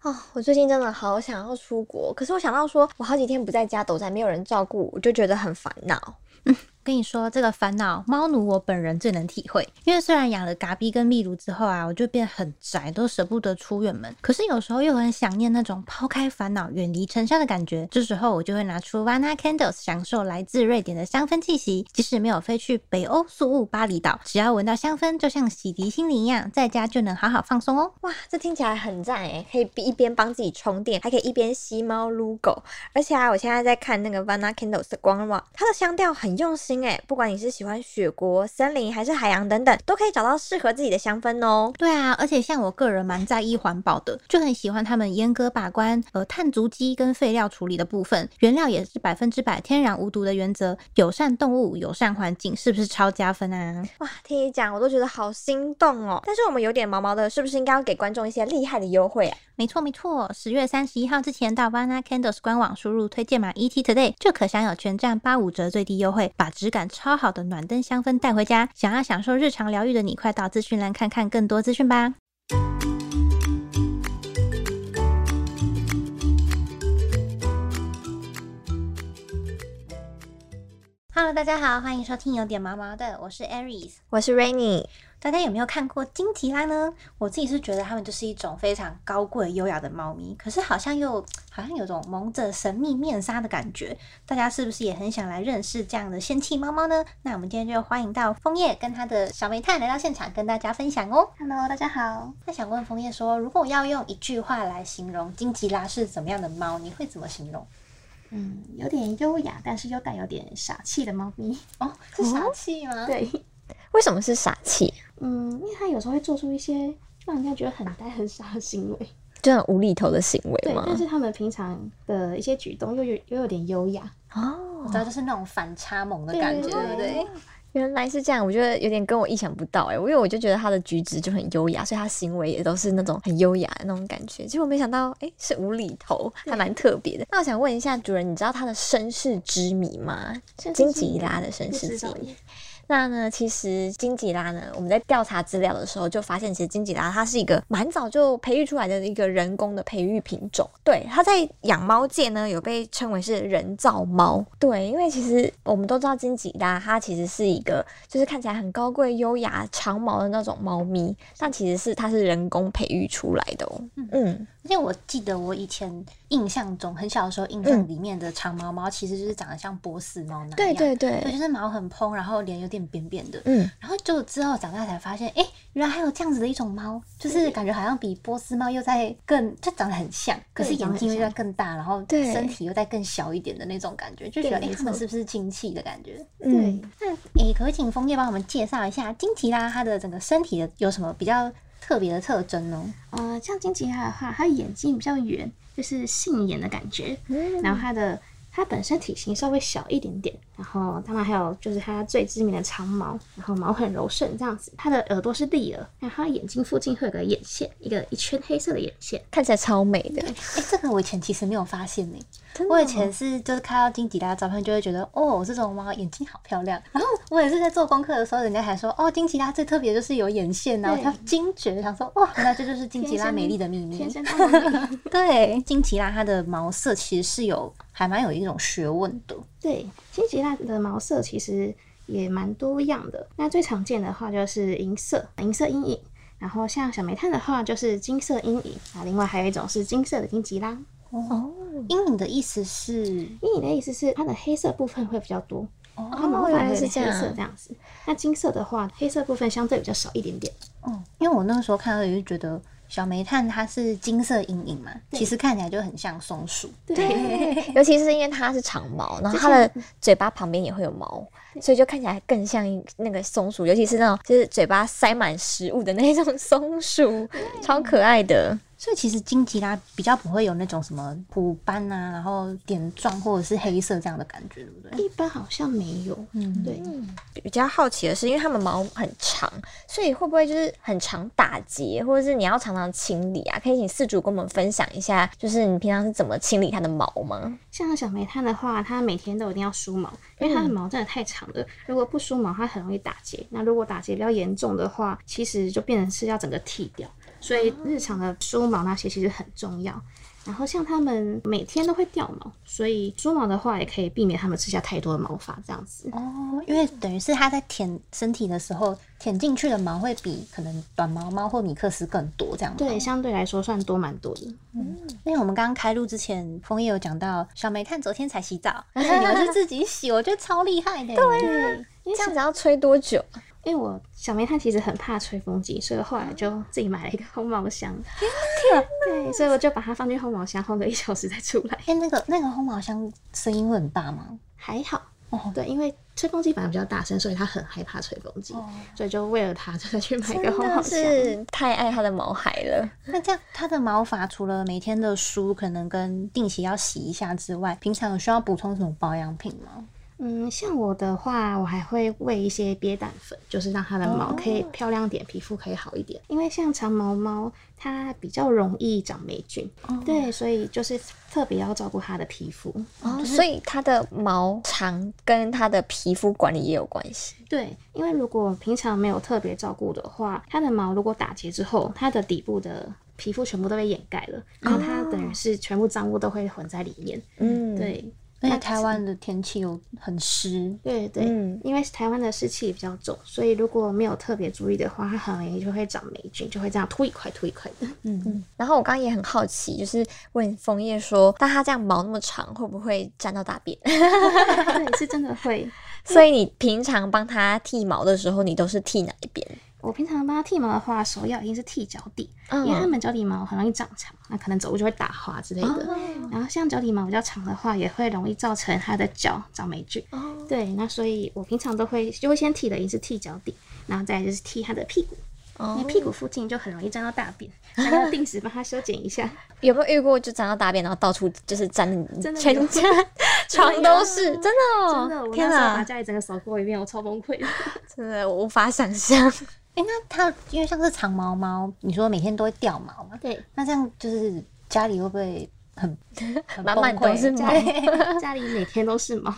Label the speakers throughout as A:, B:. A: 啊、我最近真的好想要出国，可是我想到说我好几天不在家，都在没有人照顾，我就觉得很烦恼。
B: 跟你说这个烦恼，猫奴我本人最能体会，因为虽然养了嘎比跟秘鲁之后啊，我就变得很宅，都舍不得出远门，可是有时候又很想念那种抛开烦恼、远离尘嚣的感觉。这时候我就会拿出 Vana Candles，享受来自瑞典的香氛气息。即使没有飞去北欧宿雾巴厘岛，只要闻到香氛，就像洗涤心灵一样，在家就能好好放松哦。
A: 哇，这听起来很赞诶，可以一边帮自己充电，还可以一边吸猫撸狗。而且啊，我现在在看那个 Vana Candles 的官网，它的香调很用心诶，不管你是喜欢雪国、森林还是海洋等等，都可以找到适合自己的香氛哦。
B: 对啊，而且像我个人蛮在意环保的，就很喜欢他们严格把关呃碳足迹跟废料处理的部分，原料也是百分之百天然无毒的原则，友善动物、友善环境，是不是超加分啊？
A: 哇，听你讲我都觉得好心动哦。但是我们有点毛毛的，是不是应该要给观众一些厉害的优惠啊？
B: 没错没错，十月三十一号之前到 Vana Candles 官网输入推荐码 ET Today 就可享有全站八五折最低优惠，把质感超好的暖灯香氛带回家。想要享受日常疗愈的你，快到资讯栏看看更多资讯吧。Hello，大家好，欢迎收听有点毛毛的，我是 Aries。
A: 我是 Rainy，
B: 大家有没有看过金吉拉呢？我自己是觉得它们就是一种非常高贵优雅的猫咪，可是好像又好像有种蒙着神秘面纱的感觉。大家是不是也很想来认识这样的仙气猫猫呢？那我们今天就欢迎到枫叶跟他的小煤炭来到现场，跟大家分享哦。
C: Hello，大家好。
B: 那想问枫叶说，如果要用一句话来形容金吉拉是怎么样的猫，你会怎么形容？
C: 嗯，有点优雅，但是又带有点傻气的猫咪。
B: 哦，是傻气
A: 嗯
B: 吗？
C: 对，
A: 为什么是傻气？
C: 嗯，因为它有时候会做出一些让人家觉得很呆很傻的行为。
A: 就很无厘头的行为
C: 对，
A: 吗？
C: 但是它们平常的一些举动又有又有点优雅。
A: 哦
B: 我知道，就是那种反差萌的感觉，
C: 对
B: 对不对？
A: 原来是这样，我觉得有点跟我意想不到哎、我因为我就觉得他的举止就很优雅，所以他行为也都是那种很优雅的那种感觉。结果没想到，哎、是无厘头，还蛮特别的。那我想问一下主人，你知道他的身世之谜吗？
C: 身世之
A: 金
C: 谜
A: 吉拉的身世之
C: 嗯不知道
A: 谜
C: 耶。
A: 那呢，其实金吉拉呢，我们在调查资料的时候就发现，其实金吉拉它是一个蛮早就培育出来的一个人工的培育品种。对，它在养猫界呢有被称为是人造猫。对，因为其实我们都知道金吉拉它其实是一个就是看起来很高贵、优雅、长毛的那种猫咪，但其实是它是人工培育出来的哦。嗯，
B: 而且我记得我以前印象中，很小的时候印象里面的长毛猫其实就是长得像波斯猫那样，
A: 对对
B: 对，
A: 对，
B: 就是毛很蓬，然后脸有点扁扁的。
A: 嗯。
B: 然后就之后长大才发现，哎，原来还有这样子的一种猫，就是感觉好像比波斯猫又在更，就长得很像，可是眼睛又在更大，然后
A: 对
B: 身体又在更小一点的那种感觉，就觉得哎，
C: 对
B: 诶
C: 没错
B: 它们是不是亲戚的感觉？
A: 嗯
C: 对，
B: 那哎，可不可以请枫叶帮我们介绍一下金吉拉它的整个身体的有什么比较特别的特征呢？
C: 呃，像金吉拉的话，它的眼睛比较圆，就是杏眼的感觉。
A: 嗯
C: 然后它的它本身体型稍微小一点点，然后当然还有就是它最知名的长毛，然后毛很柔顺这样子。它的耳朵是立耳，然后它的眼睛附近会有个眼线，一个一圈黑色的眼线。
A: 看起来超美的，
B: 哎、这个我以前其实没有发现呢、
A: 真的
B: 我以
A: 哦
B: 前是就是看到金吉拉的照片，就会觉得哦，这种猫眼睛好漂亮。然后我也是在做功课的时候，人家还说哦，金吉拉最特别就是有眼线然后
C: 对
B: 它惊觉，想说哇，原来这就是金吉拉美丽的秘密
C: 天。生爱美丽
B: 对，金吉拉它的毛色其实是有还蛮有一种学问的。
C: 对，金吉拉的毛色其实也蛮多样的。那最常见的话就是银色，银色阴影。然后像小煤炭的话，就是金色阴影啊，另外还有一种是金色的金吉拉。
A: 哦，
C: 嗯
B: 阴影的意思是
C: 阴影的意思是它的黑色部分会比较多，啊它毛
A: 原
C: 发
A: 来
C: 会
A: 是
C: 是
A: 这
C: 黑
A: 样
C: 色这样子。那金色的话，黑色部分相对比较少一点点。
B: 哦，因为我那个时候看到也就觉得小煤炭它是金色阴影嘛，其实看起来就很像松鼠。
A: 对，尤其是因为它是长毛，然后它的嘴巴旁边也会有毛，所以就看起来更像一那个松鼠，尤其是那种就是嘴巴塞满食物的那种松鼠，超可爱的。
B: 所以其实金吉拉比较不会有那种什么虎斑啊，然后点状或者是黑色这样的感觉，对不对？
C: 一般好像没有。
B: 嗯，
C: 对，
A: 比较好奇的是，因为它们毛很长，所以会不会就是很常打结，或者是你要常常清理啊？可以请饲主跟我们分享一下，就是你平常是怎么清理它的毛吗？
C: 像小煤炭的话，它每天都一定要梳毛，因为它的毛真的太长了，如果不梳毛，它很容易打结。那如果打结比较严重的话，其实就变成是要整个剃掉。所以日常的梳毛那些其实很重要。然后像它们每天都会掉毛，所以梳毛的话也可以避免它们吃下太多的毛发这样子。
B: 哦，因为等于是它在舔身体的时候，舔进去的毛会比可能短毛猫或米克斯更多，这样吗？
C: 对，相对来说算多蛮多的。
B: 因为我们刚刚开录之前，枫叶有讲到小梅看昨天才洗 澡，但哎是你们是自己洗，我觉得超厉害的。对，啊
C: 对，因
A: 这
C: 为小
A: 样子要吹多 久？
C: 因为我小梅她其实很怕吹风机，所以我后来就自己买了一个烘毛箱。
A: 啊
C: 对，所以我就把它放进烘毛箱，烘个一小时再出来。
B: 哎、那个那个烘毛箱声音会很大吗？
C: 还好，
B: 哦
C: 对，因为吹风机反而比较大声，所以它很害怕吹风机，所以就为了它就再去买一个烘
A: 哦真的
C: 毛箱。
A: 是太爱它的毛孩了。
B: 那这样它的毛发除了每天的梳可能跟定期要洗一下之外，平常有需要补充什么保养品吗？
C: 嗯，像我的话，我还会喂一些鳖蛋粉，就是让它的毛可
A: 哦
C: 以漂亮点，皮肤可以好一点。因为像长毛猫，它比较容易长霉菌，对，所以就是特别要照顾它的皮肤。
A: 哦，所以它的毛长跟它的皮肤管理也有关系。
C: 对，因为如果平常没有特别照顾的话，它的毛如果打结之后，它的底部的皮肤全部都被掩盖了，然后它
B: 哦
C: 等于是全部脏污都会混在里面。
A: 嗯，，
C: 对，
B: 而且
C: 那
B: 台湾的天气又很湿，
C: 对对，
A: 嗯
C: 因为台湾的湿气比较重，所以如果没有特别注意的话，它很容易就会长霉菌，就会这样凸一块凸一块 的。
B: 嗯，
A: 然后我刚刚也很好奇，就是问枫叶说，那它这样毛那么长，会不会沾到大便？
C: 对，是真的会。
A: 所以你平常帮它剃毛的时候，你都是剃哪一边？
C: 我平常帮它剃毛的话，首要一定是剃脚底，
A: 嗯
C: 因为它们脚底毛很容易长长，那可能走路就会打滑之类的。
A: 哦
C: 然后像脚底毛比较长的话，也会容易造成它的脚长霉菌。
A: 哦，
C: 对，那所以我平常都会就会先剃的一定是剃脚底，然后再来就是剃它的屁股，因为
A: 哦
C: 屁股附近就很容易沾到大便，所以要定时帮它修剪一下。
A: 有没有遇过就沾到大便，然后到处就是沾
C: 真的
A: 全
C: 有
A: 家 床都是，真的、哦，
C: 真的，我那
A: 天
C: 时候把
A: 哪，
C: 家里整个扫过一遍，我超崩溃的。
A: 真的我无法想 象。
B: 哎、那它因为像是长毛猫，你说每天都会掉毛嘛，
C: 对，
B: 那这样就是家里会不会 很很
A: 满满
B: 崩溃
A: 都是毛
B: 家里
C: 家里每天都是毛。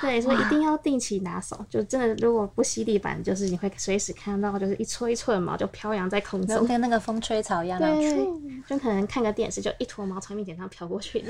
C: 对，所以一定要定期打扫。就真的，如果不吸地板，就是你会随时看到，就是一撮一撮的毛就飘扬在空
B: 就
C: 中。
B: 跟那个风吹草一样那样
C: 对
B: 吹。，
C: 就可能看个电视，就一坨毛从你脸上飘过去。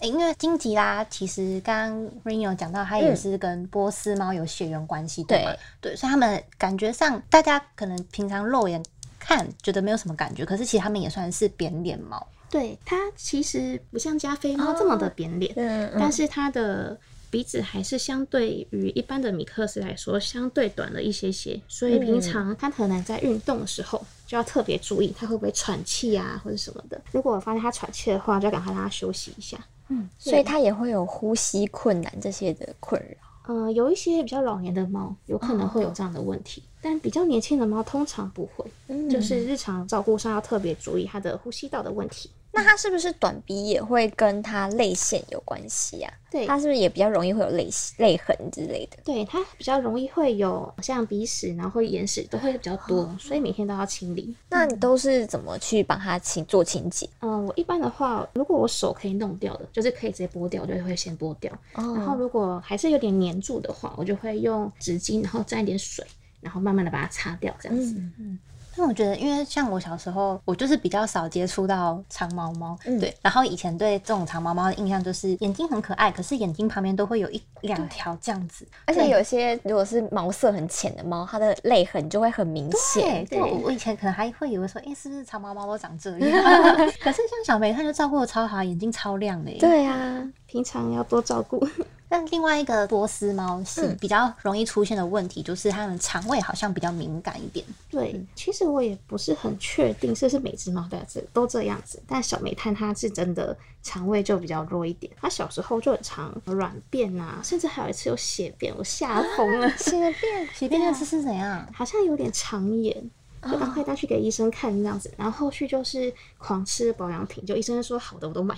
B: 诶因为金吉拉其实刚刚 Rain 有讲到，它
A: 嗯
B: 也是跟波斯猫有血缘关系，对吗？对，所以他们感觉上，大家可能平常肉眼看觉得没有什么感觉，可是其实他们也算是扁脸猫。
C: 对，它其实不像加菲猫这么的扁脸，
A: 嗯
C: 但是它的鼻子还是相对于一般的米克斯来说，相对短了一些些，所以平常它可能在运动的时候就要特别注意它会不会喘气啊，或者什么的。如果我发现它喘气的话，就要赶快让它休息一下。嗯
A: 所以它也会有呼吸困难这些的困扰。
C: 嗯、有一些比较老年的猫有可能会有这样的问题，但比较年轻的猫通常不会，
A: 嗯
C: 就是日常照顾上要特别注意它的呼吸道的问题。
A: 那它是不是短鼻也会跟它泪腺有关系啊？
C: 对
A: 它是不是也比较容易会有泪腺泪痕之类的？
C: 对，它比较容易会有像鼻屎，然后眼屎都会比较
A: 哦
C: 多，所以每天都要清理。
A: 那你都是怎么去帮它清做清洁？
C: 嗯，我一般的话，如果我手可以弄掉的，就是可以直接剥掉，我就会先剥掉。然后
A: 哦，
C: 如果还是有点粘住的话，我就会用纸巾，然后沾一点水，然后慢慢的把它擦掉，这样子。
A: 嗯，
B: 但我觉得，因为像我小时候，我就是比较少接触到长毛猫，
A: 嗯
B: 对。然后以前对这种长毛猫的印象就是眼睛很可爱，可是眼睛旁边都会有一两条这样子。
A: 而且有些如果是毛色很浅的猫，它的泪痕就会很明
B: 对，
A: 显。
B: 对
C: 对
B: 我我以前可能还会以为说，哎、是不是长毛猫都长这样？ 可是像小梅，她就照顾的超好，眼睛超亮的耶。
A: 对啊，
C: 平常要多照顾。
B: 但另外一个波斯猫是
A: 嗯
B: 比较容易出现的问题，就是它们肠胃好像比较敏感一点。
C: 对，其实我也不是很确定是不是每只猫都这都这样子，但小煤炭它是真的肠胃就比较弱一点，它小时候就很常软便啊，甚至还有一次有血便，我吓疯了。
A: 血便
B: 血便那次是怎样？
C: 好像有点肠炎，就赶快带去给医生看这样子。然后后续就是狂吃保养品，就医生说好的我都买，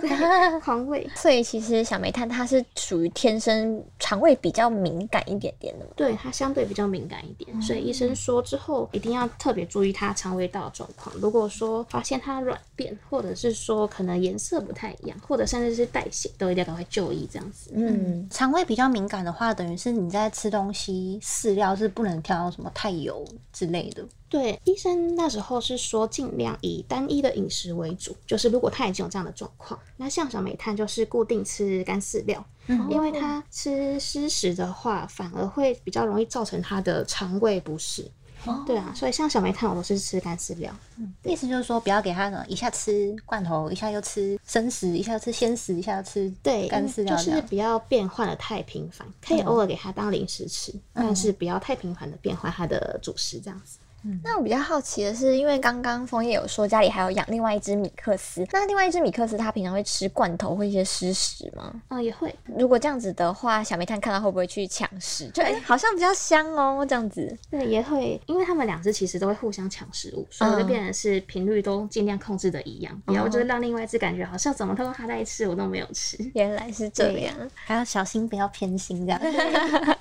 C: 对狂喂。
A: 所以其实小煤炭它是属于天生肠胃比较敏感一点点的嘛。
C: 对它相对比较敏感一点，所以医生说之后一定要特别注意它肠胃道的状况。如果说发现它软便，或者是说可能颜色不太一样，或者甚至是代谢，都一定要赶快就医这样子。
A: 嗯，
B: 肠胃比较敏感的话，等于是你在吃东西饲料是不能挑什么太油之类的。
C: 对，医生那时候是说尽量以单一的饮食为主，就是如果他已经有这样的状况，那像小煤炭就是固定吃干饲料，
D: 嗯
C: 因为他吃湿食的话，反而会比较容易造成他的肠胃不适。对啊，所以像小煤炭我都是吃干饲料，
B: 意思就是说，不要给他呢一下吃罐头，一下又吃生食，一下吃鲜食，一下吃
C: 对，
B: 干饲料嗯
C: 就
B: 这
C: 是
B: 样。
C: 不要变换的太频繁，可以偶尔给它当零食吃，但
B: 嗯
C: 是不要太频繁的变换它的主食这样子。
A: 嗯那我比较好奇的是，因为刚刚枫叶有说家里还有养另外一只米克斯，那另外一只米克斯它平常会吃罐头或一些湿食吗？
C: 嗯，也会，
A: 如果这样子的话，小煤炭看到会不会去抢食？就哎、好像比较香哦，这样子。
C: 对，也会，因为他们两只其实都会互相抢食物，所以我
B: 嗯
C: 就变成是频率都尽量控制的一样，不要
B: 哦
C: 就是让另外一只感觉好像怎么都它在吃，我都没有吃。
A: 原来是这样，
B: 还要小心不要偏心这 样。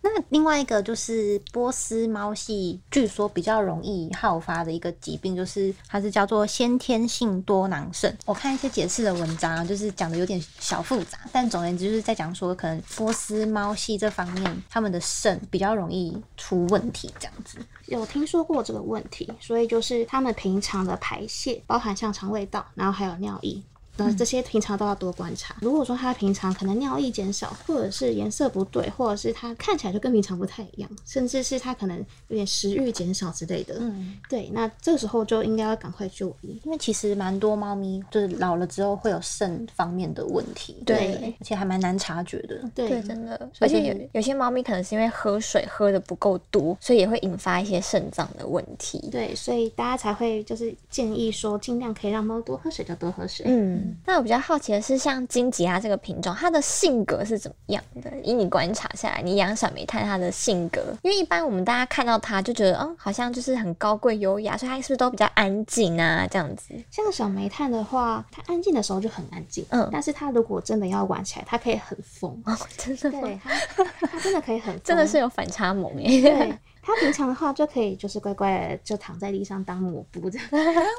B: 那另外一个就是波斯猫系，据说比较容易好发的一个疾病，就是它是叫做先天性多囊肾。我看一些解释的文章，啊就是讲的有点小复杂，但总而言之就是在讲说，可能波斯猫系这方面，它们的肾比较容易出问题这样子。
C: 有听说过这个问题，所以就是他们平常的排泄，包含像肠胃道，然后还有尿液。那这些平常都要多观察。如果说他平常可能尿液减少，或者是颜色不对，或者是他看起来就跟平常不太一样，甚至是他可能有点食欲减少之类的，
B: 嗯，
C: 对，那这时候就应该要赶快就医。
B: 因为其实蛮多猫咪就是老了之后会有肾方面的问题，
C: 对
B: 而且还蛮难察觉的。
C: 对，
A: 对，真的。而
B: 所以就
A: 且
B: 是
A: 有有些猫咪可能是因为喝水喝的不够多，所以也会引发一些肾脏的问题。
C: 对，所以大家才会就是建议说，尽量可以让猫多喝水就多喝水。
A: 嗯，那我比较好奇的是，像金吉拉这个品种，它的性格是怎么样的？以你观察下来，你养小煤炭它的性格，因为一般我们大家看到它就觉得，嗯，好像就是很高贵优雅，所以它是不是都比较安静啊？这样子，
C: 像小煤炭的话，它安静的时候就很安静，
A: 嗯
C: 但是它如果真的要玩起来，它可以很疯，
A: 哦，真的吗
C: 对，它它真的可以很疯，
A: 真
B: 哦
A: 的是有反差萌耶。
C: 对。它平常的话就可以就是乖乖的就躺在地上当抹布这样，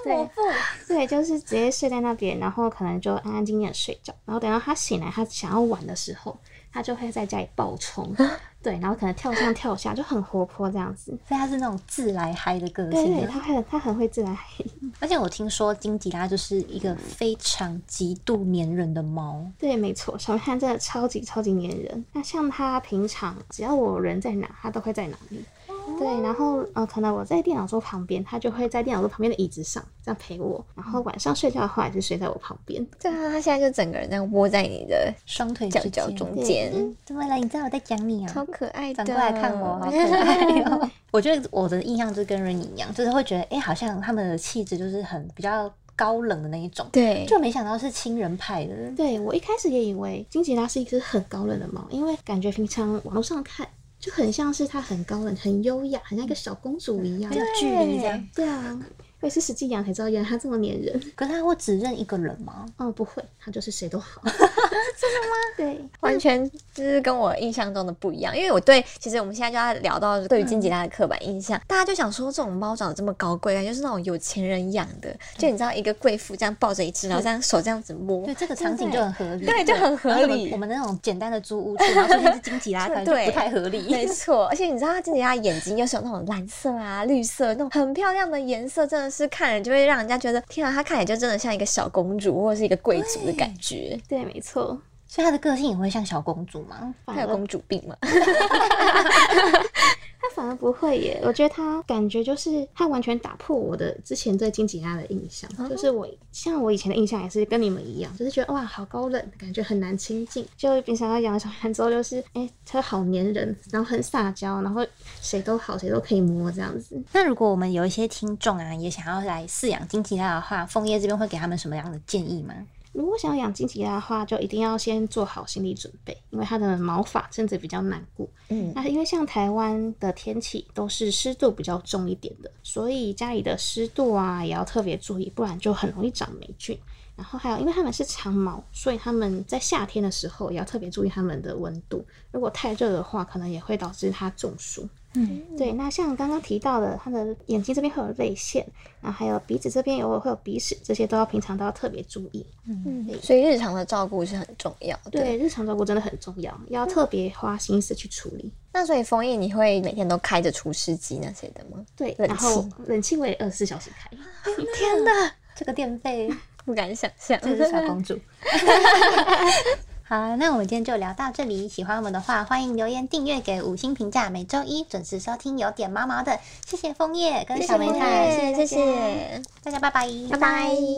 C: 对对，就是直接睡在那边，然后可能就安安静静的睡觉，然后等到它醒来，它想要玩的时候，它就会在家里暴冲，对，然后可能跳上跳下，就很活泼这样子。
B: 所以它是那种自来嗨的个
C: 对
B: 性
C: 对，
B: 的，
C: 它很它很会自然
B: 而且我听说金吉拉就是一个非常极度粘人的猫，
C: 对，没错，小汉真的超级超级粘人。那像它平常只要我人在哪，它都会在哪里。对，然后呃，可能我在电脑桌旁边，它就会在电脑桌旁边的椅子上这样陪我。然后晚上睡觉的话，也是睡在我旁边。
A: 对啊，它现在就整个人这样窝在你的
B: 双腿
A: 脚
B: 之
A: 脚
B: 间。
A: 中间，
B: 怎么了？你知道我在讲你啊
A: 超？可爱的。
B: 转嗯过来看我，好可爱哦、我觉得我的印象就跟 Rainy 一样，就是会觉得，哎、好像他们的气质就是很比较高冷的那一种，
A: 对，
B: 就没想到是亲人派的。
C: 对我一开始也以为金吉拉是一只很高冷的猫，因为感觉平常网络上看就很像是它很高冷、很优雅，很像一个小公主一样
B: 很。有距离这样，
C: 对啊，我也是实际养才知道，原来它这么粘人。
B: 可是他会只认一个人吗？
C: 哦，不会，它就是谁都好。 真的吗？对。
A: 完全就是跟我印象中的不一样。因为我对，其实我们现在就要聊到对于金吉拉的刻板印
B: 嗯
A: 象，大家就想说这种猫长得这么高贵，感觉就是那种有钱人养的。就你知道，一个贵妇这样抱着一只，然后这样手这样子摸
B: 对，，这个场景就很合理，
A: 对，就很合
B: 然后我们
A: 理
B: 我。们那种简单的租屋处，然后出现是金吉拉，可 能就
A: 对
B: 不太合理。
A: 没错，而且你知道它金吉拉眼睛又是有那种蓝色啊、绿色那种很漂亮的颜色，真的是看人就会让人家觉得，天啊，它看起来就真的像一个小公主或者是一个贵族的感觉。
C: 对，没错，
B: 所以她的个性也会像小公主吗？
C: 反
A: 它有
C: 而
A: 公主病吗？
C: 他反而不会耶。我觉得他感觉就是他完全打破我的之前对金吉拉的印象，就是我像我以前的印象也是跟你们一样，就是觉得哇好高冷，感觉很难亲近。就平常要养小孩之后，就是哎他好粘人，然后很撒娇，然后谁都好谁都可以摸这样子。
B: 那如果我们有一些听众啊，也想要来饲养金吉拉的话，枫叶这边会给他们什么样的建议吗？
C: 如果想要养金吉拉的话，就一定要先做好心理准备，因为它的毛发甚至比较难顾。
A: 嗯
C: 那因为像台湾的天气都是湿度比较重一点的，所以家里的湿度啊也要特别注意，不然就很容易长霉菌。然后还有，因为它们是长毛，所以它们在夏天的时候也要特别注意它们的温度。如果太热的话，可能也会导致它中暑。嗯，对。那像刚刚提到的，它的眼睛这边会有泪腺，然后还有鼻子这边有会有鼻屎，这些都要平常都要特别注意。
A: 嗯，所以日常的照顾是很重要的。
C: 对，嗯日常照顾真的很重要，要特别花心思去处理。
A: 那所以枫叶，你会每天都开着除湿机那些的吗？
C: 对，
A: 冷
C: 然后冷气我也二十四小时 开。
A: 天哪，
B: 这个电费
A: 不敢想象。
B: 真是小公主。 好，啊那我们今天就聊到这里。喜欢我们的话，欢迎留言、订阅、给五星评价。每周一准时收听，有点毛毛的。谢谢枫叶跟小
A: 小
B: 梅
A: 梅
B: 菜，
A: 菜，谢谢，
B: 大家拜拜，
A: 拜拜。